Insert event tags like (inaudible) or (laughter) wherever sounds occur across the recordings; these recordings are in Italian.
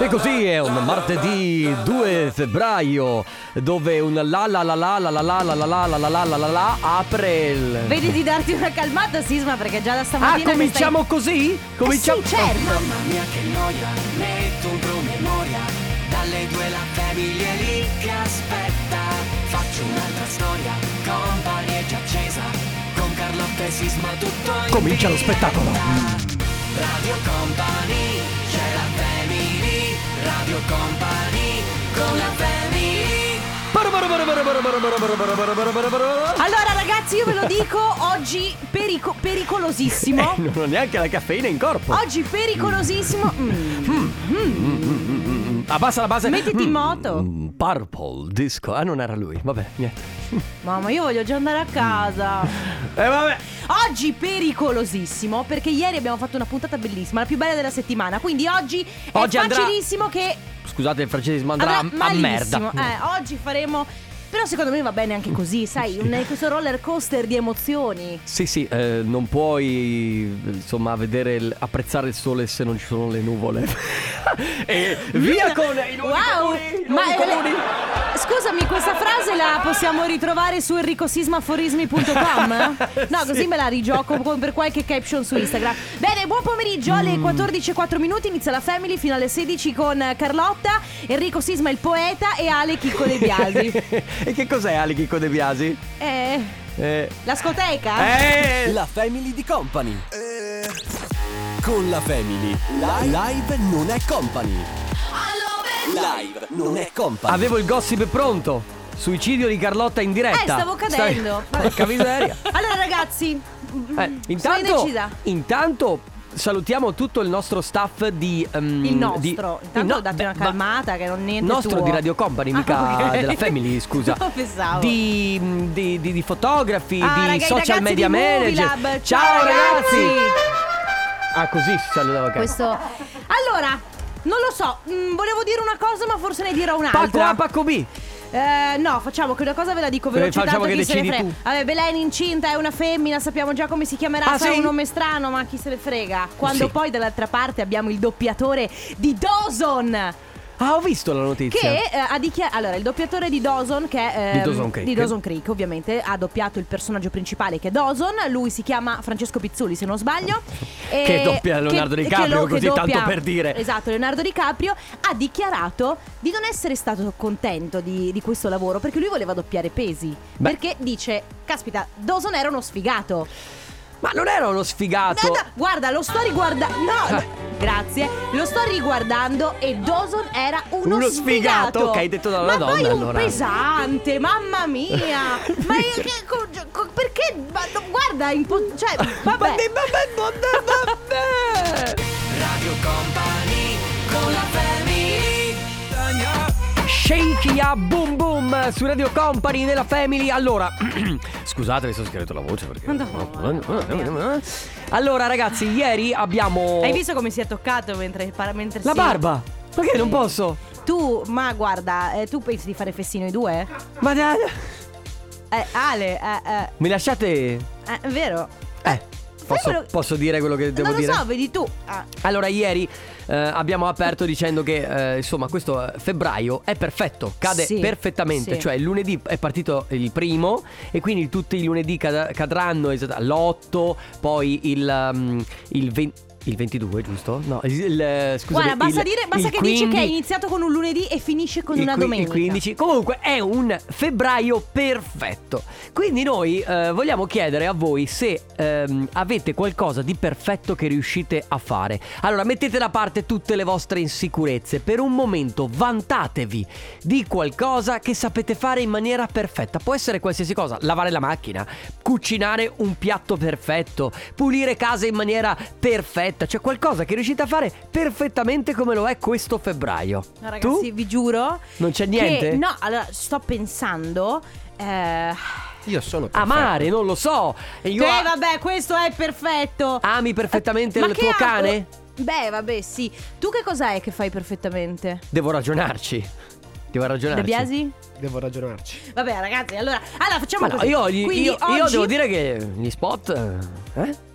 E così è un martedì 2 febbraio dove un la la la la la la la la la la la la la la la la apre il... Vedi di darti una calmata, Sisma, perché già da Ah, stamattina. mi cominciamo così? Stai... Eh Cominciamo... sì, certo. Mamma mia che noia, metto un promemoria Dalle due la famiglia è lì che aspetta Faccio un'altra storia, company è già accesa Con Carlotta e Sisma tutto in Comincia lo diretta. spettacolo. Radio Company, c'è la family Radio Company, con la family Allora, ragazzi, io ve lo dico oggi perico- Eh, pericolosissimo. non ho neanche la caffeina in corpo. Oggi pericolosissimo. Mm. Abbassa la base. Mettiti in Mm, moto. mm, Purple Disco. Ah, non era lui. Vabbè, niente. Mamma, io voglio già andare a casa. E Eh, vabbè. Oggi pericolosissimo perché ieri abbiamo fatto una puntata bellissima, la più bella della settimana. Quindi oggi è Oggi andrà- facilissimo che Scusate, il francesismo andrà andrà a- a malissimo. merda. Mm. Eh, oggi faremo però secondo me va bene anche così, sai, un- questo roller coaster di emozioni. Sì, sì, eh, non puoi insomma vedere il- apprezzare il sole se non ci sono le (laughs) nuvole. e via con i nuovi Wow! comuni, i nuovi Ma comuni. eh, Scusami, questa frase la possiamo ritrovare su enricosismaforismi.com? No, così me la rigioco con- per qualche caption su Instagram. Bene, buon pomeriggio alle Mm. 14.04 minuti, inizia la Family fino alle 16 con Carlotta, Enrico Sisma il poeta e Ale Chicco (laughs) De Biasi. e che cos'è Ale Chicco De Biasi? Eh, Eh, la scoteca? eh, La Family di Company. Eh. Con la Family. Live, non è company. Live non è company. avevo il gossip pronto. Suicidio di Carlotta in diretta. Eh, stavo cadendo. Stai- (laughs) Porca miseria. (laughs) Allora ragazzi, Eh, sono intanto, indecisa. intanto salutiamo tutto il nostro staff di... ehm, Il nostro, di- intanto il no- date una beh, ma- calmata che non niente nostro tuo. di Radio Company, mica Ah, ok. della Family, (laughs) scusa. No, pensavo. Di, di- di- di fotografi, Ah, di raga, i social ragazzi media di manager. Movilab. Ciao, ragazzi! ragazzi! Ah, così si salutava Carlo. Questo. Allora, non lo so, mm, volevo dire una cosa, ma forse ne dirò Pacco un'altra. A, Pacco B. Eh, no, facciamo che una cosa ve la dico veloce Eh, facciamo tanto che chi se ne decidi frega. tu. Vabbè, Belen incinta è una femmina, sappiamo già come si chiamerà, Ah, sarà sì? un nome strano, ma chi se ne frega. Quando Sì. poi dall'altra parte abbiamo il doppiatore di Dawson Ah, ho visto la notizia. che eh, ha dichiarato allora il doppiatore di Dawson che è, Di ehm, Dawson Creek. di Dawson Creek, ovviamente ha doppiato il personaggio principale che è Dawson lui si chiama Francesco Pizzuli se non sbaglio E- (laughs) Che doppia Leonardo che- DiCaprio, che lo- che così doppia- tanto per dire. esatto Leonardo DiCaprio ha dichiarato di non essere stato contento di, di questo lavoro perché lui voleva doppiare pesi Beh. perché dice caspita Dawson era uno sfigato Ma non era uno sfigato. Guarda, guarda, lo sto riguardando. No, Ah. grazie. Lo sto riguardando e Dawson era uno, Uno sfigato. Ok, detto dalla ma donna, poi un allora. pesante, mamma (laughs) mia. ma io che, co- cioè, co- perché? ma no, guarda, in po- cioè, vabbè. Vabbè, vabbè, vabbè, vabbè. Radio Company, con la family Shake ya ah, boom boom su Radio Company nella Family. Allora, (clears throat) scusate, mi sono scritto la voce perché. No. Allora, ragazzi, ieri abbiamo. Hai visto come si è toccato mentre, par- mentre La si- barba? Perché non posso? Tu, ma guarda, eh, tu pensi di fare festino i due? Ma dai. Eh, Ale, eh, Mi lasciate. eh, eh, è vero. Eh. Posso, quello- posso dire quello che devo non dire? lo so, vedi tu. Ah. Allora, ieri eh, abbiamo aperto dicendo che eh, insomma, questo eh, febbraio è perfetto, cade Sì, perfettamente. sì. Cioè, il lunedì è partito il primo, e quindi tutti i lunedì cad- cadranno l'8, poi il, um, il 20 il 22, giusto? No, il, il, eh, scusami, Guarda, basta, il- dire, basta il che dici che è 15 iniziato con un lunedì e finisce con il una qui- domenica. Il 15. Comunque è un febbraio perfetto. Quindi noi eh, vogliamo chiedere a voi se ehm, avete qualcosa di perfetto che riuscite a fare. Allora mettete da parte tutte le vostre insicurezze. Per un momento vantatevi di qualcosa che sapete fare in maniera perfetta. Può essere qualsiasi cosa, lavare la macchina, cucinare un piatto perfetto, pulire casa in maniera perfetta. Cioè qualcosa che riuscite a fare perfettamente come lo è questo febbraio. No, ragazzi, Tu? vi giuro. Non c'è che- niente? no, allora sto pensando. Eh, Io sono Amare, non lo so. E io eh, a- vabbè, questo è perfetto. ami perfettamente Ma il che tuo ha- cane? Beh, vabbè, sì. Tu che cos'è che fai perfettamente? Devo ragionarci. Devo ragionarci. De Biasi? Devo ragionarci. Vabbè, ragazzi, allora, allora facciamo Ma no, così. io, gli- Quindi io- io oggi- devo dire che gli spot. eh,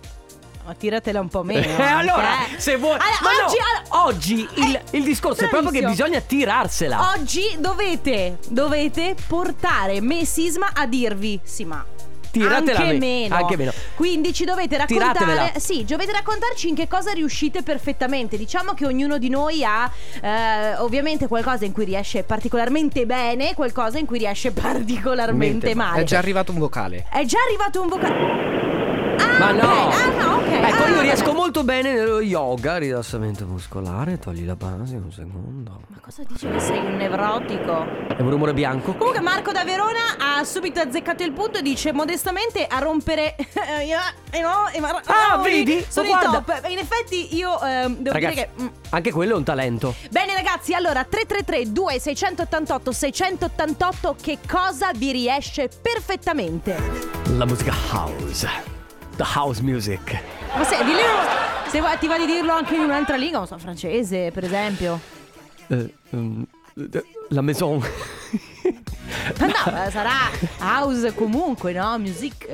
Ma tiratela un po' meno. (laughs) Eh, allora, eh. se vuoi. Allora, Ma no, Oh, oggi, allora- oggi il, Eh, Oh, il discorso è proprio che bravissimo. bisogna tirarsela. Oggi dovete, dovete portare me Sisma a dirvi sì ma Tiratela anche me- meno. anche meno. Quindi ci dovete raccontare Tiratevela. Sì, dovete raccontarci in che cosa riuscite perfettamente Diciamo che ognuno di noi ha eh, ovviamente qualcosa in cui riesce particolarmente bene Qualcosa in cui riesce (laughs) particolarmente Mente male. male È già arrivato un vocale. È già arrivato un vocale Ah, Ma no! ok. Ah no, ok Ecco, Ah, io vabbè. riesco molto bene nello yoga, rilassamento muscolare, togli la base un secondo. Ma cosa dici che sei un nevrotico? È un rumore bianco? Comunque Marco da Verona ha subito azzeccato il punto e dice modestamente a rompere (laughs) eh, Ah, Ah, vedi? Sono Ma in guarda. top. In effetti io ehm, devo Ragazzi, dire che mm. anche quello è un talento. Bene ragazzi, allora 333 2688 688 che cosa vi riesce perfettamente? La musica house. The house music. Ma se, dillo, se vuoi, ti va di dirlo anche in un'altra lingua, non so, francese, per esempio. Eh, ehm, eh, la maison. (laughs) Ma no, eh, sarà house comunque, no? Music.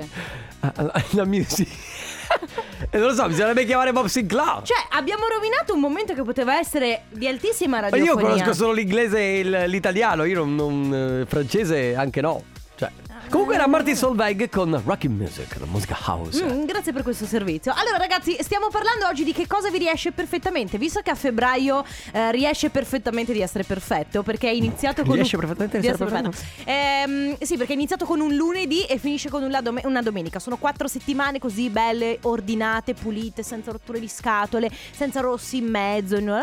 Ah, La, la music. (laughs) E non lo so, bisognerebbe chiamare Bob Sinclair. Cioè, abbiamo rovinato un momento che poteva essere di altissima Ma io radiofonia. conosco solo l'inglese e il- l'italiano, io non, non, eh, francese anche no. Cioè. Ah. Comunque era Martin Solveig con Rocky Music, la musica house. Mm, grazie per questo servizio. Allora, ragazzi, stiamo parlando oggi di che cosa vi riesce perfettamente. Visto che a febbraio eh, riesce perfettamente di essere perfetto, perché è iniziato con. Riesce un- perfettamente di essere Ehm, sì, perché è iniziato con un lunedì e finisce con un la dome- una domenica. Sono quattro settimane così belle, ordinate, pulite, senza rotture di scatole, senza rossi in mezzo. no?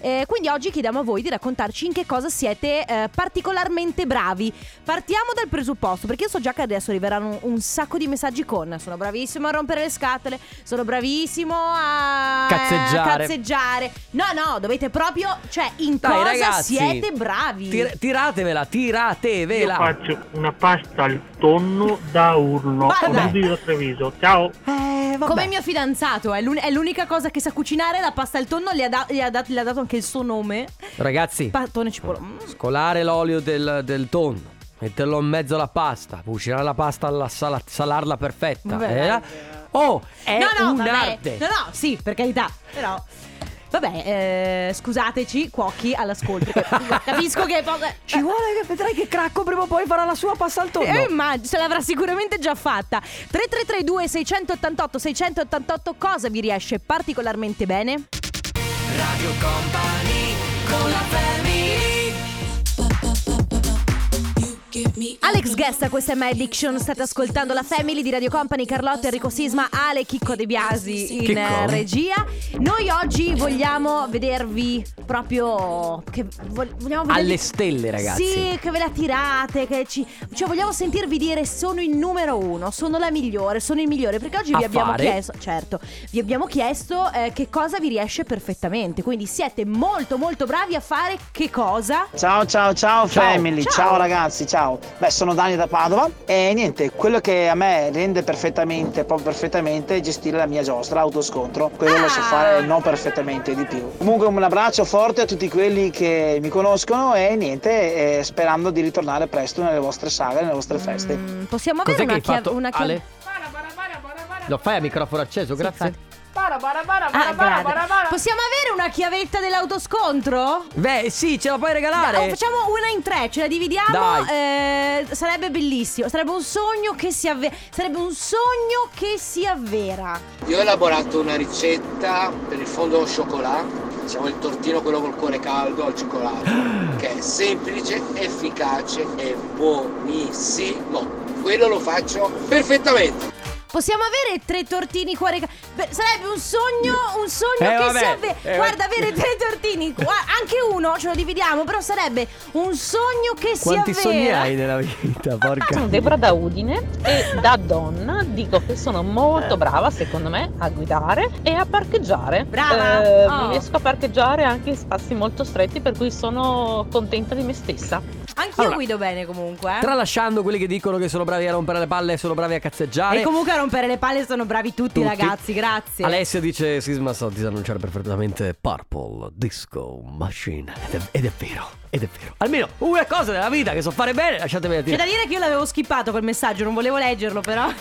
Eh, quindi oggi chiediamo a voi di raccontarci in che cosa siete eh, particolarmente bravi. Partiamo dal presupposto, perché io so già che adesso arriveranno un sacco di messaggi con sono bravissimo a rompere le scatole, sono bravissimo a Cazzeggiare. a cazzeggiare. No, no, dovete proprio, cioè, in Dai, cosa ragazzi, siete bravi. Tir- tiratevela, Io tiratevela. faccio una pasta al tonno da urlo. Guarda. Oddio Treviso. Ciao. Eh, vabbè. Come mio fidanzato, è, l'un- è l'unica cosa che sa cucinare, la pasta al tonno, le ha, da- le ha dat- le ha dato anche il suo nome. Ragazzi, Pa- tonno e cipolla. Mm. scolare l'olio del, del tonno, metterlo in mezzo alla pasta, cucinare la pasta, alla sala- salarla perfetta. Vabbè, eh? dai. Oh, è no, no, un'arte. vabbè. No, no, sì, per carità. Però... Vabbè, eh, scusateci, (laughs) cuochi all'ascolto. perché capisco che è poco... Ci vuole che vedrai che cracco prima o poi farà la sua pasta al tonno. Eh, immagino, ce l'avrà sicuramente già fatta. 3332 688 688 cosa vi riesce particolarmente bene? Alex Guesta, questa è My Addiction, state ascoltando la Family di Radio Company, Carlotta, Enrico Sisma, Ale, Chicco De Biasi in Chicco. eh, regia. Noi oggi vogliamo vedervi proprio... Che vo- vogliamo vedervi- Alle stelle, ragazzi. Sì, che ve la tirate, che ci... Cioè vogliamo sentirvi dire sono il numero uno, sono la migliore, sono il migliore, perché oggi A vi abbiamo fare. chiesto... Certo, vi abbiamo chiesto eh, che cosa vi riesce perfettamente, quindi siete molto molto bravi a fare che cosa? Ciao ciao ciao, Ciao. family, Ciao. ciao. ragazzi, ciao. Beh, sono Dani da Padova e niente, quello che a me rende perfettamente, proprio perfettamente, è gestire la mia giostra, autoscontro. Quello lo so Ah. fare non perfettamente di più. Comunque un abbraccio forte a tutti quelli che mi conoscono e niente, eh, sperando di ritornare presto nelle vostre sagre, nelle vostre feste. Mm, possiamo avere Cos'è che una hai chiave? fatto, una Ale? Lo fai a microfono acceso, grazie. Ah, grazie. Possiamo avere una chiavetta dell'autoscontro? Beh, sì, ce la puoi Oh, regalare. facciamo una in tre, ce la dividiamo. eh, sarebbe bellissimo. Sarebbe un sogno che si avvera. Sarebbe un sogno che si avvera. Io ho elaborato una ricetta per il fondo au chocolat, diciamo il tortino quello col cuore caldo al cioccolato, che è semplice, efficace e buonissimo. Quello lo faccio perfettamente. Possiamo avere tre tortini cuore ca- Beh, Sarebbe un sogno, un sogno Eh, che vabbè, si avvera. eh, Guarda, vabbè. avere tre tortini, (laughs) gua- anche uno ce lo dividiamo, però sarebbe un sogno che Quanti si avvera. sogni hai nella Ah, vita, porca. Sono Debra da Udine e da donna dico che sono Eh. molto brava, secondo me, a guidare e a parcheggiare. Brava! Eh, Oh. Riesco a parcheggiare anche in spazi molto stretti, per cui sono contenta di me stessa. Anch'io Allora, guido bene comunque. eh. Tralasciando quelli che dicono che sono bravi a rompere le palle e sono bravi a cazzeggiare. E comunque a rompere le palle sono bravi tutti, Tutti. ragazzi, grazie. Alessia dice Sisma so disannunciare perfettamente Purple Disco Machine ed è, ed è vero, ed è vero Almeno una cosa della vita che so fare bene, lasciatemi C'è da dire dire che io l'avevo skippato quel messaggio, non volevo leggerlo però.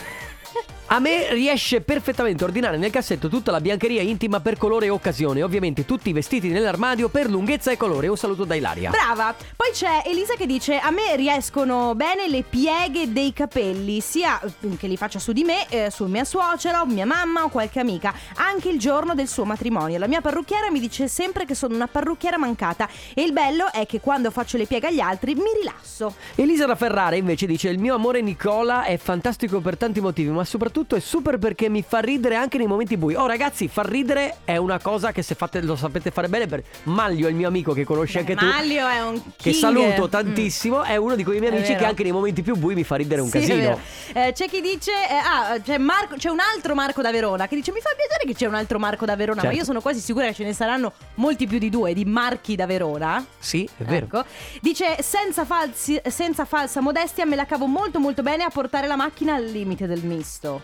A me riesce perfettamente ordinare nel cassetto tutta la biancheria intima per colore e occasione. Ovviamente tutti i vestiti nell'armadio per lunghezza e colore. Un saluto da Ilaria. Brava! Poi c'è Elisa che dice: A me riescono bene le pieghe dei capelli, sia mm, che li faccia su di me, eh, su mia suocera, o mia mamma o qualche amica, anche il giorno del suo matrimonio. La mia parrucchiera mi dice sempre che sono una parrucchiera mancata. E il bello è che quando faccio le pieghe agli altri mi rilasso. Elisa da Ferrara invece dice il mio amore Nicola è fantastico per tanti motivi ma soprattutto è super perché mi fa ridere anche nei momenti bui. Oh ragazzi far ridere è una cosa che se fate, lo sapete fare bene per Maglio il mio amico che conosci anche tu Maglio è un che king. saluto Mm. tantissimo è uno di quei miei È amici vero. che anche nei momenti più bui mi fa ridere un Sì, è casino. vero. Eh, c'è chi dice: eh, ah, c'è, Marco- c'è un altro Marco da Verona che dice: Mi fa piacere che c'è un altro Marco da Verona, Certo. ma io sono quasi sicura che ce ne saranno molti più di due di Marchi da Verona. Sì, è vero. Ecco. Dice: senza, falsi- senza falsa modestia, me la cavo molto, molto bene a portare la macchina al limite del misto.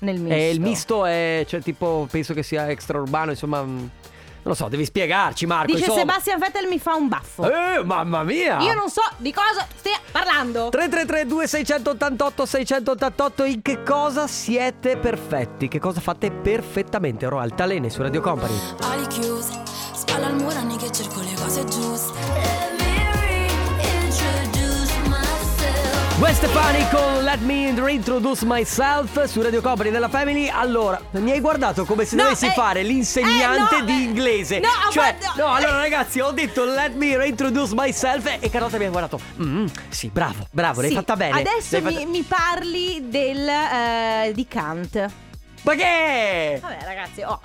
Nel misto. E Eh, il misto è cioè tipo penso che sia extraurbano, insomma mm, non lo so, devi spiegarci Marco, Dice insomma. Sebastian Vettel mi fa un baffo. Eh, mamma mia! Io non so di cosa stia parlando. 3332 688 688 in che cosa siete perfetti? Che cosa fate perfettamente? Ora altalene su Radio Company. ali chiuse, spalla al muro, anni che cerco le cose giuste. West Stefani con Let Me Reintroduce Myself su Radio Company della Family. Allora, mi hai guardato come se No, dovessi eh, fare l'insegnante eh, no, di eh, inglese. no, ma cioè, no. no, allora ragazzi, ho detto Let Me Reintroduce Myself e- e Carlotta mi ha guardato. "Mm, sì, bravo, bravo, l'hai Sì. fatta bene. Adesso l'hai fatta- mi, mi parli del, eh, di Kant. Ma che? Vabbè ragazzi, oh.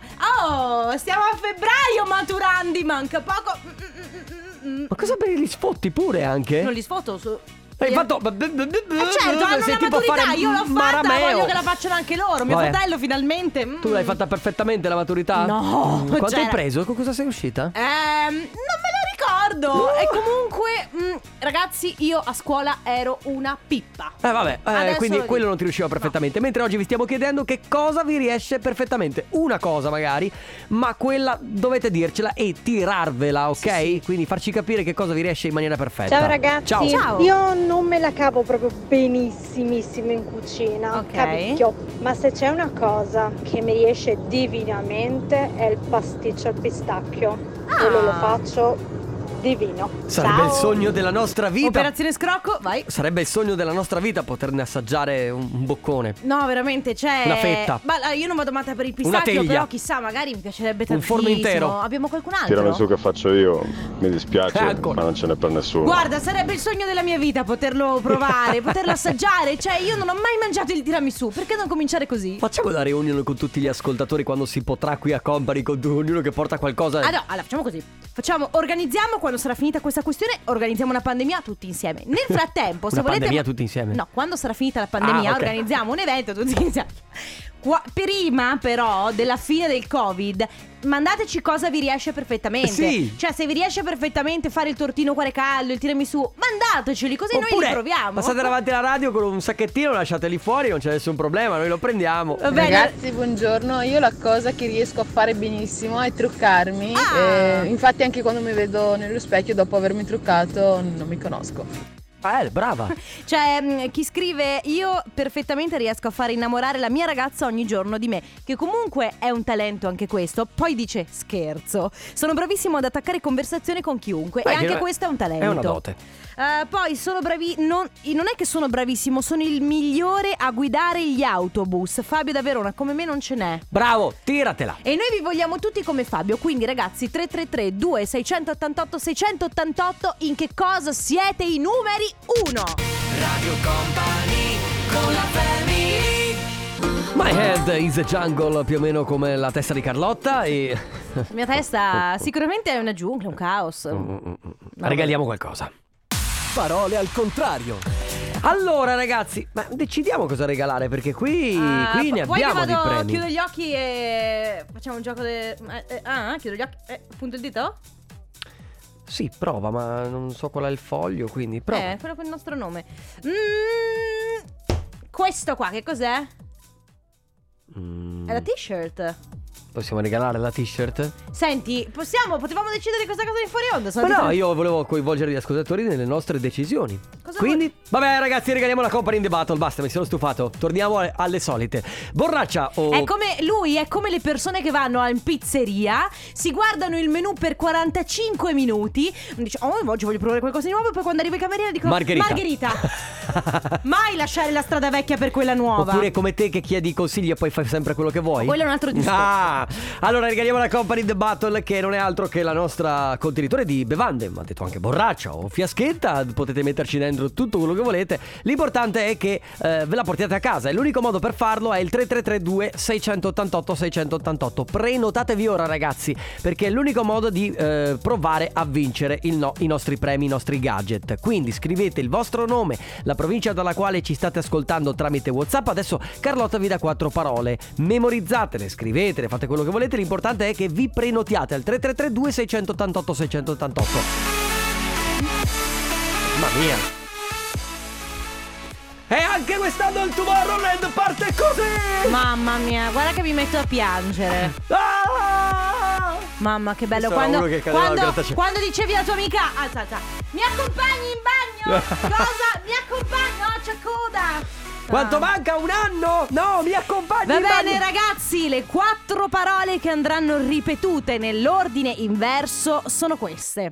Oh, stiamo a febbraio maturandi, manca poco. Mm, mm, mm, mm, mm. Ma cosa per gli sfotti pure anche? Non li sfoto su... Hai Eh, fatto. eh, certo, hanno la maturità, io l'ho fatta, voglio che la facciano anche loro. Mio Vabbè. fratello finalmente... mm. Tu l'hai fatta perfettamente la maturità? No, Quanto cioè- hai preso? Con cosa sei uscita? Ehm, non me lo ricordo. E comunque, mm, ragazzi, io a scuola ero una pippa. Eh vabbè, eh, Adesso quindi lo dico. quello non ti riusciva perfettamente. Mentre oggi vi stiamo chiedendo che cosa vi riesce perfettamente. Una cosa magari, ma quella dovete dircela e tirarvela, ok? Quindi farci capire che cosa vi riesce in maniera perfetta. Ciao ragazzi, Ciao. Ciao. io non me la cavo proprio benissimissimo in cucina, Ok. cavicchio, ma se c'è una cosa che mi riesce divinamente è il pasticcio al pistacchio, Ah. quello lo faccio divino. Sarebbe Ciao. il sogno della nostra vita. Operazione scrocco, vai. Sarebbe il sogno della nostra vita poterne assaggiare un un boccone. No, veramente, c'è. Una fetta. Ma allora, io non vado matta per il Una pistacchio, teglia. però chissà, magari mi piacerebbe Un tantissimo. forno intero. Abbiamo qualcun altro? Ecco. Tiramisù che faccio io, mi dispiace, Eh, ancora. ma non ce n'è per nessuno. Guarda, sarebbe il sogno della mia vita poterlo provare, (laughs) poterlo assaggiare. Cioè, io non ho mai mangiato il tiramisù. Perché non cominciare così? Facciamo la riunione con tutti gli ascoltatori quando si potrà qui a Company con tu- ognuno che porta qualcosa. Ah no, allora facciamo così. Facciamo, organizziamo quando sarà finita questa questione, organizziamo una pandemia tutti insieme. (laughs) Nel frattempo, se Una volete. pandemia tutti insieme? No, quando sarà finita la pandemia, Ah, ok. organizziamo un evento tutti (laughs) insieme. Qua- prima, però, della fine del Covid. Mandateci cosa vi riesce perfettamente. Eh, Sì. Cioè, se vi riesce perfettamente fare il tortino cuore caldo, il tiramisù, mandateceli così noi Oppure li proviamo. Passate davanti alla radio con un sacchettino, lasciateli fuori, non c'è nessun problema, noi lo prendiamo. Va bene. Ragazzi, buongiorno. Io la cosa che riesco a fare benissimo è truccarmi. Ah. Eh, infatti, anche quando mi vedo nello specchio dopo avermi truccato, non mi conosco. Eh, (laughs) brava. Cioè, mh, chi scrive io perfettamente riesco a far innamorare la mia ragazza ogni giorno di me, che comunque è un talento anche questo. Poi dice scherzo. Sono bravissimo ad attaccare conversazione con chiunque Beh, e che anche non è- questo è un talento. È una dote. Eh, poi sono bravi, non, non è che sono bravissimo, sono il migliore a guidare gli autobus. Fabio da Verona, come me non ce n'è. Bravo, tiratela. E noi vi vogliamo tutti come Fabio, quindi ragazzi 333 2688 688 in che cosa siete i numeri 1? My head is a jungle, più o meno come la testa di Carlotta. E La mia testa sicuramente è una giungla, un caos. Mm, Ah, regaliamo qualcosa. Parole al contrario. Allora, ragazzi, ma decidiamo cosa regalare, perché qui, Ah, qui ne pu- vuoi abbiamo che vado, di premi. Chiudo gli occhi e facciamo un gioco de... eh, eh, ah, chiudo gli occhi. Eh, punto il dito? Sì, prova, ma non so qual è il foglio, quindi prova. Eh, quello con il nostro nome. Mm, questo qua, che cos'è? Mm. È la t-shirt. Possiamo regalare la t-shirt? Senti, possiamo, potevamo decidere questa cosa di fuori onda. sono Ma no, andati- io volevo coinvolgere gli ascoltatori nelle nostre decisioni. Quindi, vabbè, ragazzi, regaliamo la company in the battle. Basta, mi sono stufato. Torniamo a- alle solite. Borraccia o. È come lui, è come le persone che vanno in pizzeria, si guardano il menù per 45 minuti, dice "Oh, oggi voglio provare qualcosa di nuovo" e poi quando arriva il cameriere dico ecco, Margherita. (laughs) mai lasciare la strada vecchia per quella nuova". Oppure come te che chiedi consigli e poi fai sempre quello che vuoi. Quello è un altro discorso. Ah, allora regaliamo la Company in The Battle che non è altro che la nostra contenitore di bevande, ma ha detto anche borraccia o fiaschetta, potete metterci dentro tutto quello che volete. L'importante è che eh, ve la portiate a casa e l'unico modo per farlo è il 3332 688 688. Prenotatevi ora ragazzi, perché è l'unico modo di eh, provare a vincere il no- i nostri premi, i nostri gadget. Quindi scrivete il vostro nome, la provincia dalla quale ci state ascoltando tramite WhatsApp. Adesso Carlotta vi dà quattro parole. Memorizzatele, scrivetele, fate quello che volete. L'importante è che vi prenotiate al 3332 688 688. Mamma mia. E anche quest'anno il Tomorrowland parte così! Mamma mia, guarda che mi metto a piangere. Ah! Mamma che bello Questo era quando, uno che cadeva dal quando, grattacielo. quando dicevi alla tua amica alza, alza, mi accompagni in (laughs) bagno? Cosa? Mi accompagni? No, c'è coda. Quanto manca un anno? No, mi accompagni Va in bene bagno. ragazzi, le quattro parole che andranno ripetute nell'ordine inverso sono queste.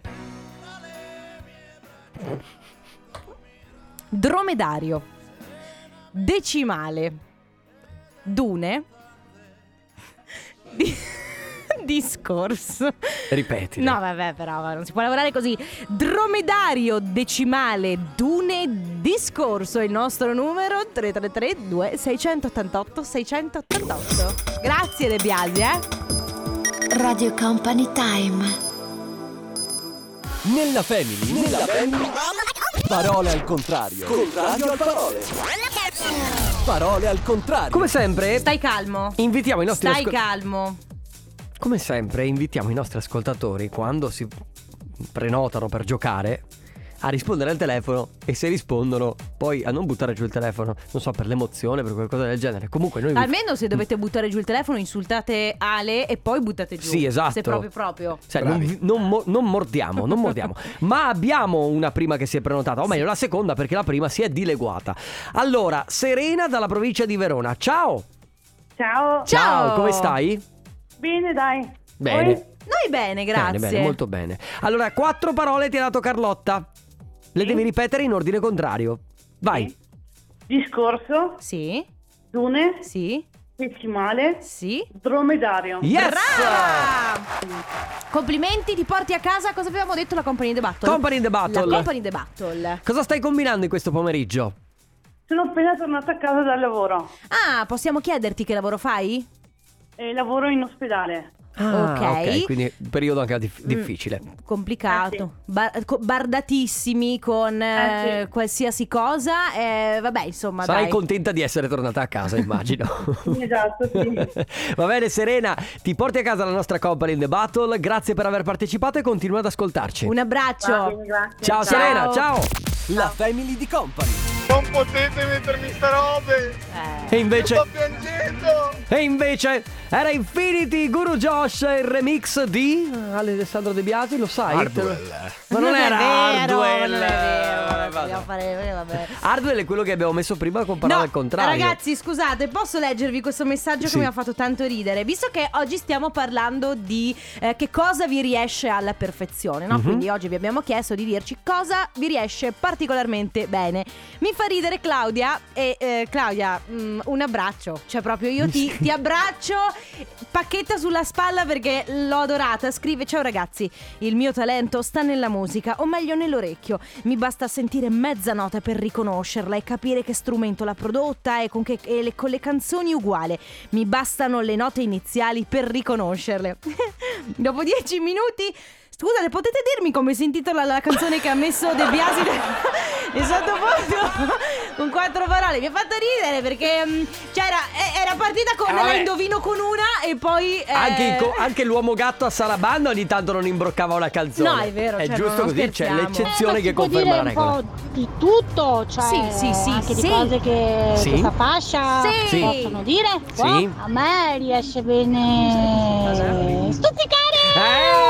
Dromedario, decimale, dune, (laughs) di- discorso. Ripeti. No, vabbè, però non si può lavorare così. Dromedario, decimale, dune, discorso. Il nostro numero 333 2688 688. Grazie De Biasi, eh. Radio Company Time. Nella family, nella family. Parole al contrario. Contrario al parole. Parole al contrario. Come sempre, Stai calmo. invitiamo i nostri Stai ascol- calmo. Come sempre, invitiamo i nostri ascoltatori quando si prenotano per giocare a rispondere al telefono e se rispondono poi a non buttare giù il telefono, non so, per l'emozione, per qualcosa del genere. Comunque noi... Almeno se dovete buttare giù il telefono, insultate Ale e poi buttate giù. Sì, esatto. Se proprio proprio. Cioè, non, vi- non mo- non mordiamo, non (laughs) mordiamo. Ma abbiamo una prima che si è prenotata, o meglio la seconda perché la prima si è dileguata. Allora, Serena dalla provincia di Verona. Ciao! Ciao. Ciao, come stai? Bene, dai. Bene. Noi bene, grazie. Bene, bene, molto bene. Allora, quattro parole ti ha dato Carlotta. Le devi ripetere in ordine contrario. Vai. Discorso. Sì. Dune. Sì. Decimale. Sì. Dromedario. Yes! Complimenti, ti porti a casa. Cosa avevamo detto? La Company in the Battle. Company in the Battle. La Company in the Battle. Cosa stai combinando in questo pomeriggio? Sono appena tornata a casa dal lavoro. Ah, possiamo chiederti che lavoro fai? Eh, lavoro in ospedale. Ah, Ah, ok, quindi periodo anche Mm. dif- difficile. Complicato, Ba- co- bardatissimi con Eh, eh, sì. qualsiasi cosa. eh, vabbè, insomma, Sarai dai. contenta di essere tornata a (laughs) casa, immagino. Esatto, sì. Va bene, Serena, ti porti a casa la nostra company in the battle. Grazie per aver partecipato e continua ad ascoltarci. Un Cioè, abbraccio. Ah, Ciao, Serena, ciao. La family di company. Non potete mettermi sta robe! Eh. E invece Sto piangendo! E invece era Infinity Guru Josh il remix di Alessandro De Biasi, lo sai? Hardwell. Ma non, era è vero, Hardwell. eh, non è vero, vabbè, Vabbè. dobbiamo fare- vabbè. Hardwell è quello che abbiamo messo prima con parole No, al contrario. Ragazzi, scusate, posso leggervi questo messaggio Sì. che mi ha fatto tanto ridere? Visto che oggi stiamo parlando di eh, che cosa vi riesce alla perfezione, no? Mhm. Quindi oggi vi abbiamo chiesto di dirci cosa vi riesce particolarmente bene. Mi fa ridere Claudia e eh, Claudia, mm, un abbraccio. Cioè, proprio io (laughs) ti, ti abbraccio, pacchetta sulla spalla perché l'ho adorata. Scrive: Ciao ragazzi, il mio talento sta nella musica, o meglio nell'orecchio. Mi basta sentire mezza nota per riconoscerla e capire che strumento l'ha prodotta e con, che- e le, con le canzoni uguale. Mi (laughs) bastano le note iniziali per riconoscerle. Dopo dieci minuti. Scusate, potete dirmi come si intitola la canzone che ha messo De Biasi nel- (laughs) nel sottofondo? (laughs) con quattro parole. Mi ha fatto ridere perché mm, c'era, eh, era partita con Eh, vabbè. la indovino con una e poi... eh, Anche, il co- anche l'uomo gatto a Sarabanda ogni tanto non imbroccava una calzone. No, è vero, È cioè, giusto non così, c'è scherziamo. Eh, l'eccezione che conferma la regola. di tutto, cioè Sì, sì, sì, anche sì. di cose che Sì. questa fascia Sì. possono dire. Sì. Boh, A me riesce bene stuzzicare. Eh,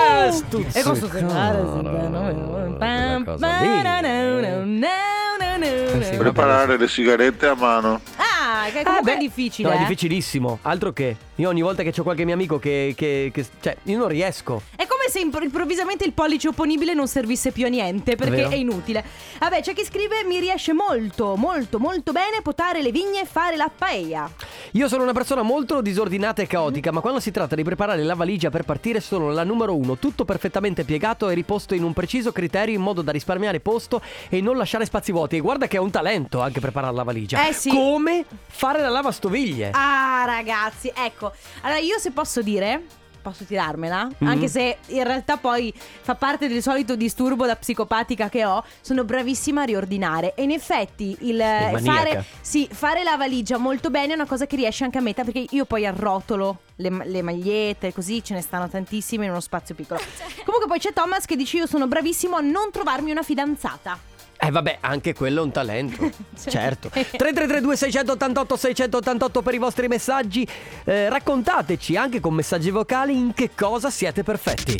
E con stuzzicare, sì, beh, no, Ah, pam, cosa pam, lì. na, na, na, na, na, na. Preparare le sigarette a mano. Ah, che comunque è difficile. No, è eh. difficilissimo. Altro che io ogni volta che c'ho qualche mio amico che, che- che- Cioè, io non riesco. È come se impro- improvvisamente il pollice opponibile non servisse più a niente perché Vero. è inutile. Vabbè, c'è chi scrive: Mi riesce molto, molto, molto bene potare le vigne e fare la paella. Io sono una persona molto disordinata e caotica, ma quando si tratta di preparare la valigia per partire sono la numero uno, tutto perfettamente piegato e riposto in un preciso criterio in modo da risparmiare posto e non lasciare spazi vuoti. E guarda che è un talento anche preparare la valigia. Eh sì. Come fare la lavastoviglie. Ah, ragazzi, ecco. Allora, io se posso dire. Posso tirarmela? Mhm. Anche se in realtà poi fa parte del solito disturbo da psicopatica che ho. Sono bravissima a riordinare. E in effetti il eh, maniaca. fare, sì, fare la valigia molto bene è una cosa che riesce anche a metà. Perché io poi arrotolo le, ma- le magliette, così ce ne stanno tantissime in uno spazio piccolo. Comunque poi c'è Thomas che dice: Io sono bravissimo a non trovarmi una fidanzata. Eh vabbè, anche quello è un (laughs) talento. certo. 3332 688 688 per i vostri messaggi. Eh, raccontateci anche con messaggi vocali in che cosa siete perfetti.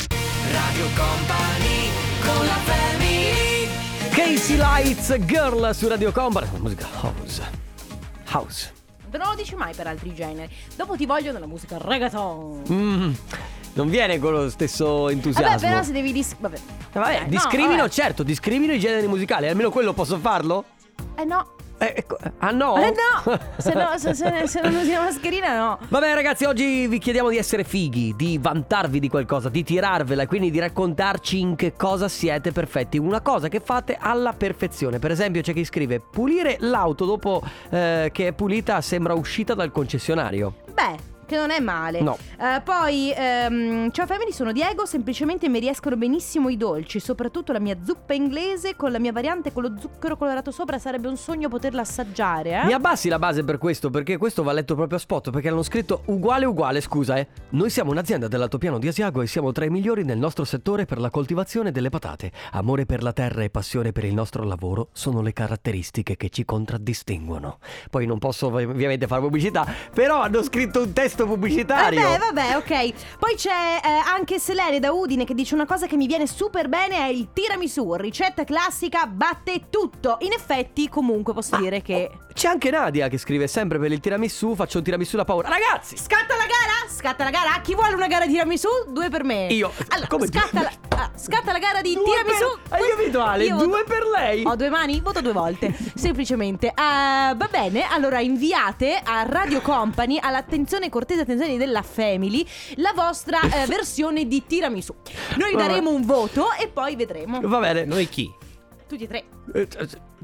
Radio Company con la family Casey Lights Girl su Radio Combat. Musica house. House. Te Non lo dici mai per altri generi. Dopo ti voglio nella musica reggaeton. Mm, non viene con lo stesso entusiasmo. Eh, Vabbè, però se devi dis- vabbè. Vabbè, Dai, no, discrimino, vabbè. certo, discrimino i generi musicali, almeno quello posso farlo? Eh no. Eh, ecco, ah no? Eh (laughs) no. Se no, se, se- se non usi la mascherina no. Va bene ragazzi, oggi vi chiediamo di essere fighi, di vantarvi di qualcosa, di tirarvela e quindi di raccontarci in che cosa siete perfetti. Una cosa che fate alla perfezione. Per esempio c'è chi scrive pulire l'auto dopo eh, che è pulita sembra uscita dal concessionario. Beh, che non è male. No. Eh, poi, ehm, ciao family, sono Diego, semplicemente mi riescono benissimo i dolci, soprattutto la mia zuppa inglese con la mia variante con lo zucchero colorato sopra, sarebbe un sogno poterla assaggiare, eh? Mi abbassi la base per questo perché questo va letto proprio a spot perché hanno scritto uguale uguale, scusa eh. Noi siamo un'azienda dell'altopiano di Asiago e siamo tra i migliori nel nostro settore per la coltivazione delle patate. Amore per la terra e passione per il nostro lavoro sono le caratteristiche che ci contraddistinguono. Poi non posso ov- ovviamente fare pubblicità, però hanno scritto un testo pubblicitario. Vabbè, Eh vabbè, ok. Poi c'è eh, anche Selene da Udine che dice una cosa che mi viene super bene è il tiramisù, ricetta classica, batte tutto. In effetti, comunque posso dire che C'è anche Nadia che scrive sempre per il tiramisù, faccio un tiramisù da paura. Ragazzi! Scatta la gara? Scatta la gara? Chi vuole una gara di tiramisù? Due per me. Io. Allora, Come due? scatta, la, ah, scatta la gara di Due tiramisù. per- Hai capito, Ale? Io Due voto- per lei. Ho due mani? Voto (laughs) due volte. Semplicemente. Ah, va bene, allora inviate a Radio Company, all'attenzione cortese attenzione della Family, la vostra (laughs) eh, versione di tiramisù. Noi Vabbè. daremo un voto e poi vedremo. Va bene. Noi chi? Tutti e tre. Eh,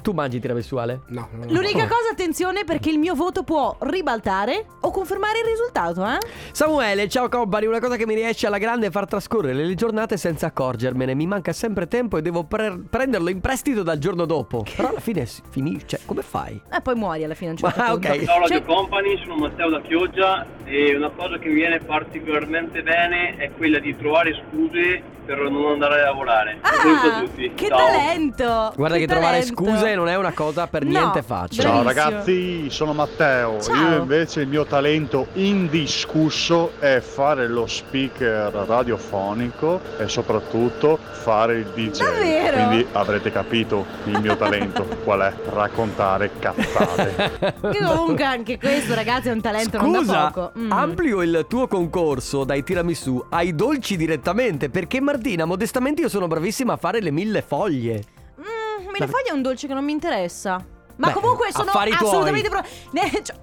Tu mangi tiramisù Ale? No. L'unica cosa, attenzione, perché il mio voto può ribaltare o confermare il risultato, eh? Samuele, ciao compagni, una cosa che mi riesce alla grande è far trascorrere le giornate senza accorgermene. Mi manca sempre tempo e devo pre- prenderlo in prestito dal giorno dopo. Però alla fine si- finisce, cioè, come fai? E poi muori alla fine a un certo Ah, punto. ok. Ciao Cioè- Radio Company, sono Matteo da Chioggia e una cosa che mi viene particolarmente bene è quella di trovare scuse per non andare a lavorare. Ah, Saluto a tutti. Che Ciao. talento! Guarda che, trovare scuse non è una cosa per No, niente facile. Ciao ragazzi, sono Matteo. Ciao. Io invece il mio talento indiscusso è fare lo speaker radiofonico e soprattutto fare il DJ. Davvero? Quindi avrete capito il mio talento qual è raccontare cazzate. (laughs) Che comunque anche questo, ragazzi, è un talento non da Scusa, poco. Mm. amplio il tuo concorso dai tiramisù ai dolci direttamente perché Martina, modestamente io sono bravissima a fare le mille foglie. Mm, me ne foglia un dolce che non mi interessa. Ma Beh, comunque sono affari tuoi. assolutamente pro- (laughs) Ne- cioè,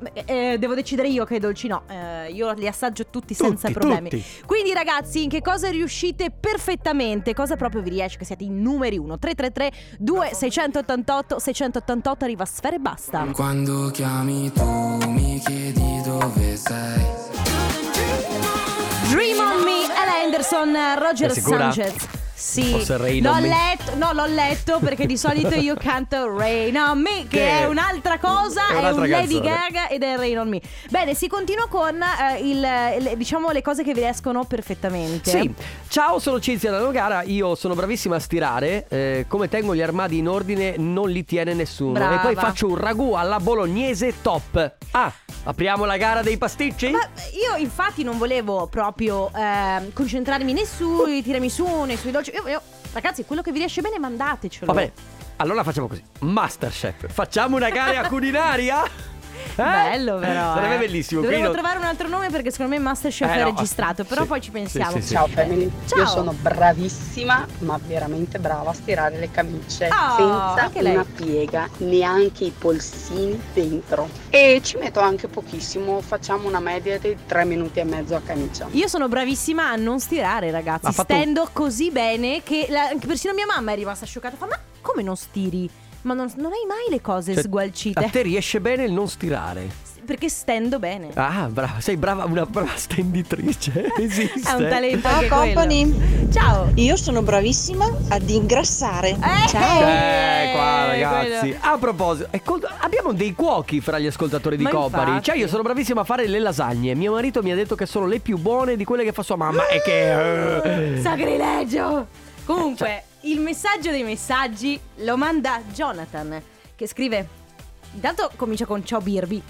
eh, devo decidere io che dolci no. Eh, io li assaggio tutti senza problemi. tutti. Quindi, ragazzi, in che cosa riuscite perfettamente? Cosa proprio vi riesce? Che siete i numeri 1 333 2688 688 arriva sfera e basta. Quando chiami tu mi chiedi dove sei Dream on me, Ella Anderson, Roger Sei sicura? Sanchez. Sì, Forse Rain l'ho on Me. letto, no, l'ho letto perché di solito io canto Rain on Me, che, Che è un'altra cosa, è è, un'altra un Lady canzone. Gaga ed è Rain on Me. Bene, si continua con eh, il, le- diciamo le cose che vi escono perfettamente. Sì, ciao, sono Cinzia da Nogara, io sono bravissima a stirare, eh, come tengo gli armadi in ordine non li tiene nessuno Brava. e poi faccio un ragù alla bolognese top. Ah, apriamo la gara dei pasticci? Ma io infatti non volevo proprio ehm, concentrarmi né sui tiramisù né sui dolci. Io- io- ragazzi, quello che vi riesce bene mandatecelo. Va bene, allora facciamo così, Masterchef, facciamo una (laughs) gara culinaria? Eh? Bello però. Sarebbe eh. bellissimo. qui Dovremmo non- trovare un altro nome perché secondo me Masterchef Eh, è no, registrato, però sì. poi ci pensiamo. Sì, sì, sì. Ciao family, Ciao. io sono bravissima ma veramente brava a stirare le camicie Ah, anche senza lei. una piega, neanche i polsini dentro e ci metto anche pochissimo, facciamo una media di 3 minuti e mezzo a camicia. Io sono bravissima a non stirare, ragazzi. Ha fatto un- Stendo così bene che la- anche persino mia mamma è rimasta asciugata. Fa, ma come non stiri? Ma non, non hai mai le cose Cioè, sgualcite? A te riesce bene il non stirare. Perché stendo bene. Ah, brava, sei brava, una brava stenditrice. Esiste. (laughs) È un talento. Ciao anche quello. company. Ciao. Io sono bravissima ad ingrassare. Ciao. Eh, qua ragazzi. eh, quello. A proposito, è col- abbiamo dei cuochi fra gli ascoltatori di Ma Company. infatti. Cioè, io sono bravissima a fare le lasagne. Mio marito mi ha detto che sono le più buone di quelle che fa sua mamma. e che. Sacrilegio! Comunque, il messaggio dei messaggi lo manda Jonathan, che scrive... Intanto comincia con ciao Birbi.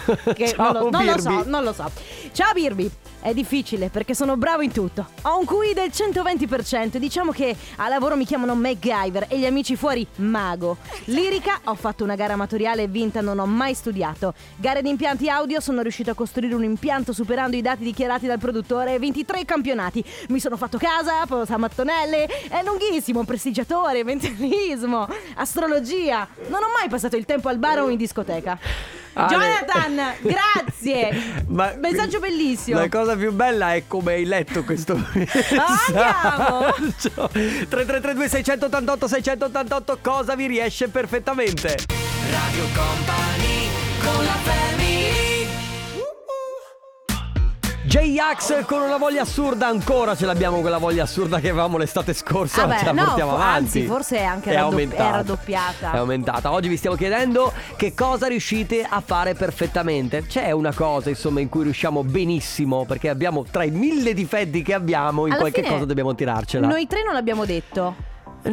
(laughs) (laughs) Che Ciao, non, lo, non lo so, Birbi. non lo so. Ciao Birbi, è difficile perché sono bravo in tutto. Ho un QI del 120%, diciamo che a lavoro mi chiamano MacGyver e gli amici fuori Mago. Lirica, ho fatto una gara amatoriale e vinta, non ho mai studiato. Gare di impianti audio, sono riuscito a costruire un impianto superando i dati dichiarati dal produttore, 23 campionati. Mi sono fatto casa, posa mattonelle, è lunghissimo, prestigiatore, mentalismo, astrologia. Non ho mai passato il tempo al bar o in discoteca. Ale. Jonathan, grazie. Ma- Messaggio bellissimo. Ah, La cosa più bella è come hai letto (laughs) questo andiamo! messaggio. (laughs) 3332 688 688 cosa vi riesce perfettamente? Radio Company con la family J-Ax con una voglia assurda ancora ce l'abbiamo quella voglia assurda che avevamo l'estate scorsa, Ah ma beh, ce la no, portiamo fo- avanti. anzi, forse è anche raddopp- è raddoppiata. È aumentata. Oggi vi stiamo chiedendo che cosa riuscite a fare perfettamente. C'è una cosa, insomma, in cui riusciamo benissimo, perché abbiamo tra i mille difetti che abbiamo, in Alla qualche fine, cosa dobbiamo tirarcela. Noi tre non l'abbiamo detto.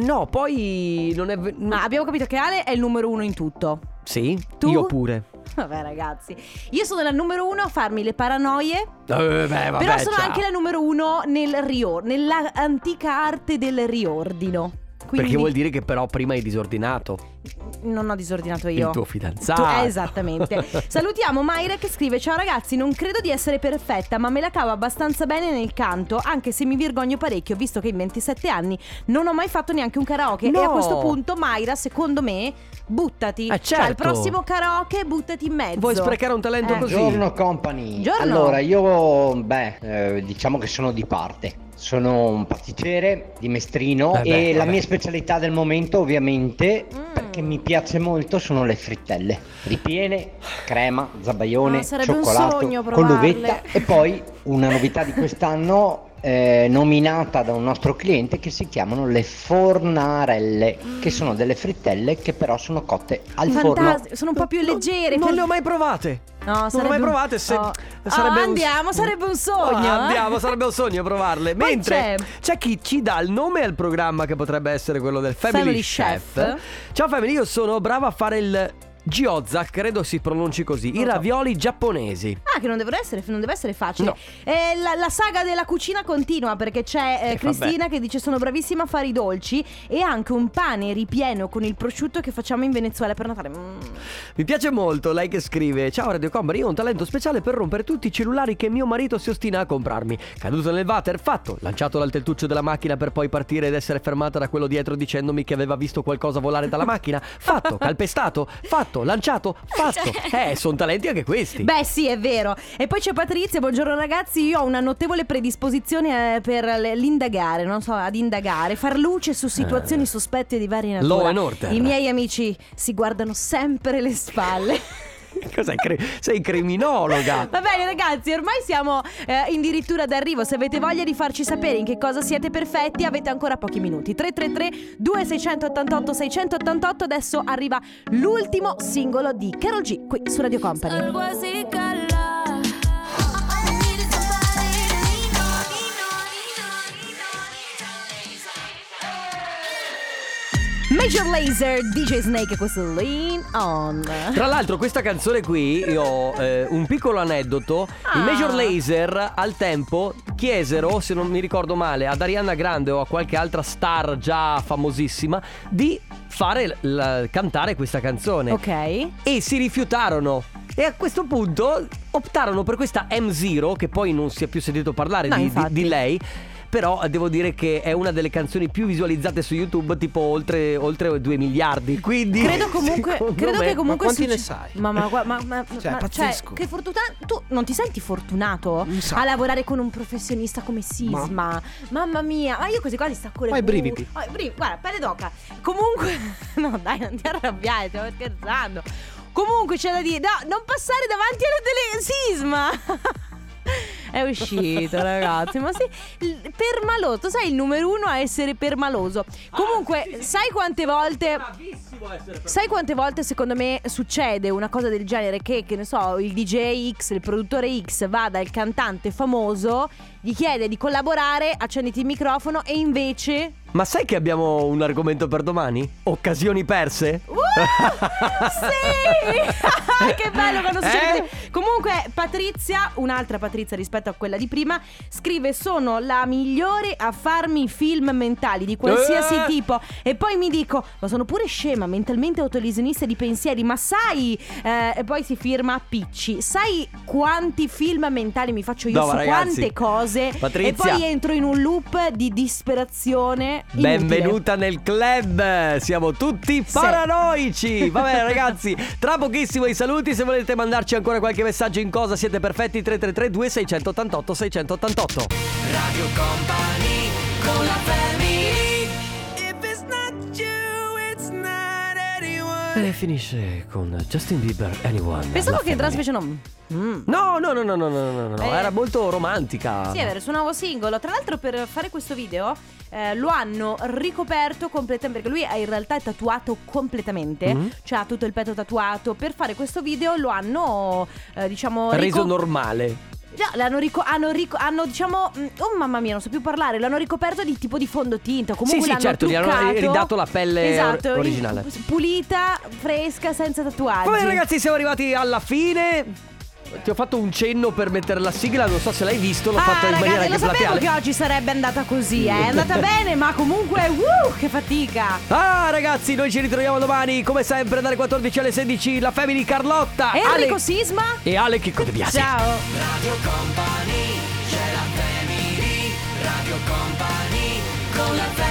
No, poi non è. ve- Ma abbiamo capito che Ale è il numero uno in tutto. (laughs) Sì, Tu? io pure. Vabbè, ragazzi. Io sono la numero uno a farmi le paranoie. Eh, beh, vabbè, però sono ciao. anche la numero uno nel rior- nell'antica arte del riordino. Quindi Perché vuol dire che però prima hai disordinato non ho disordinato io. il tuo fidanzato. Tu- eh, esattamente. Salutiamo Mayra che scrive: Ciao ragazzi, non credo di essere perfetta, ma me la cavo abbastanza bene nel canto, anche se mi vergogno parecchio, visto che in 27 anni non ho mai fatto neanche un karaoke. E a No. questo punto, Mayra, secondo me, buttati. Eh, Cioè, al certo. prossimo karaoke, buttati in (laughs) mezzo. Vuoi sprecare un talento Eh. così? Buongiorno company. Buongiorno. Allora, io beh, eh, diciamo che sono di parte. Sono un pasticcere di mestrino Vabbè, e la vabbè. mia specialità del momento, ovviamente, Mm. perché mi piace molto, sono le frittelle. Ripiene, crema, Ah, zabaione, sarebbe un cioccolato sogno con provarle. l'uvetta e poi una novità di quest'anno eh, nominata da un nostro cliente che si chiamano le fornarelle, che sono delle frittelle che però sono cotte al forno. Mm. Fantastico, sono un po' più leggere. non per- le ho mai provate. No, non le ho mai un- provate. Se... Oh. sarebbe Oh, un- andiamo, sarebbe un sogno. Ah, eh? andiamo, sarebbe un sogno provarle. Poi Mentre c'è- chi ci dà il nome al programma che potrebbe essere quello del Family, Family Chef. Ciao Family, io sono brava a fare il gyoza, credo si pronunci così, i ravioli giapponesi. Ah, che non, deve essere, non deve essere facile. No. Eh, la, la saga della cucina continua perché c'è eh, Eh, Cristina vabbè. che dice sono bravissima a fare i dolci e anche un pane ripieno con il prosciutto che facciamo in Venezuela per Natale. Mm. Mi piace molto lei che scrive Ciao Radio Company, io ho un talento speciale per rompere tutti i cellulari che mio marito si ostina a comprarmi Caduto nel water, fatto Lanciato dal tettuccio della macchina per poi partire ed essere fermata da quello dietro dicendomi che aveva visto qualcosa volare dalla macchina Fatto, calpestato, fatto, lanciato, fatto Eh, sono talenti anche questi Beh sì, è vero. E poi c'è Patrizia, buongiorno ragazzi, io ho una notevole predisposizione eh, per le- l'indagare, non so, ad indagare, far luce su situazioni sospette di varia natura. Law and Eh. order. I miei amici si guardano sempre le spalle. Cos'è? cri- sei criminologa. Va bene ragazzi, ormai siamo eh, addirittura d'arrivo. Se avete voglia di farci sapere in che cosa siete perfetti, avete ancora pochi minuti. 333 2688 688 adesso arriva l'ultimo singolo di Carol G qui su Radio Company. Algo así, cala. Major Laser DJ Snake questo è Lean On. Tra l'altro questa canzone qui, io ho eh, un piccolo aneddoto, i Major Laser al tempo chiesero, se non mi ricordo male, ad Arianna Grande o a qualche altra star già famosissima di fare la- cantare questa canzone. Ok. E si rifiutarono. E a questo punto optarono per questa M0, che poi non si è più sentito parlare No, di- di- infatti. di lei. Però eh, devo dire che è una delle canzoni più visualizzate su YouTube, tipo oltre, oltre 2 miliardi. Quindi Credo comunque, secondo credo me- che comunque ma quanti succe- ne sai? Ma, ma, gua- ma, ma- Cioè, ma- pazzesco. che fortuna tu non ti senti fortunato a lavorare con un professionista come Sisma. Mamma mia, ma io così quasi stacco le Ma i pus- brividi. Oh, i brivi- guarda, pelle d'oca. Comunque (laughs) no, dai, non ti arrabbiare, stiamo scherzando. Comunque c'è da dire, no, non passare davanti alla tele Sisma. (laughs) È uscito, ragazzi. Ma sì, il- permaloso, sai il numero uno a essere permaloso. Comunque, sai quante volte. Sai quante volte secondo me succede una cosa del genere che, che ne so, il DJ X, il produttore X va dal cantante famoso, gli chiede di collaborare, accenditi il microfono e invece... Ma sai che abbiamo un argomento per domani? Occasioni perse? (laughs) sì! (laughs) che bello quando succede Eh? così. Comunque, Patrizia, un'altra Patrizia rispetto a quella di prima, scrive: Sono la migliore a farmi film mentali di qualsiasi Eh! tipo. E poi mi dico: Ma sono pure scema, mentalmente autolesionista di pensieri. Ma sai, eh, e poi si firma Picci, sai quanti film mentali mi faccio io No, su ma ragazzi, quante cose? E Patrizia. poi entro in un loop di disperazione. inutile. Benvenuta nel club, siamo tutti (laughs) paranoici. Va bene ragazzi, tra pochissimo i saluti, se volete mandarci ancora qualche messaggio in cosa siete perfetti 333 2688 688. Radio Company con la If it's not you, it's not anyone. E finisce con Justin Bieber Anyone. Pensavo La che entrasse invece no. Mm. No, no, no, no, no, no, no, no, no, Eh. era molto romantica. Sì, è vero, il suo nuovo singolo. Tra l'altro, per fare questo video eh, lo hanno ricoperto completamente. Perché lui è- in realtà è tatuato completamente. Mhm. Cioè, ha tutto il petto tatuato. Per fare questo video lo hanno, eh, diciamo. Reso rico- normale. No, l'hanno rico- hanno, rico- hanno, diciamo. mm, Oh mamma mia, non so più parlare. L'hanno ricoperto di tipo di fondotinta. Comunque Sì, sì, l'hanno certo, gli hanno truccato. ridato la pelle esatto, or- originale. ri- Pulita, fresca, senza tatuaggi. Va bene ragazzi, siamo arrivati alla fine. Ti ho fatto un cenno per mettere la sigla, non so se l'hai visto, l'ho Ah, fatto in ragazzi, maniera lo anche sapevo plateale. che oggi sarebbe andata così, eh. È (laughs) andata bene, ma comunque, uh, che fatica. Ah ragazzi, noi ci ritroviamo domani, come sempre dalle 14 alle 16, la Family Carlotta. E Ale- Enrico Sisma? e Ale Chicco De Biasi. Ciao. Radio Company, c'è la family. Radio Company con la family.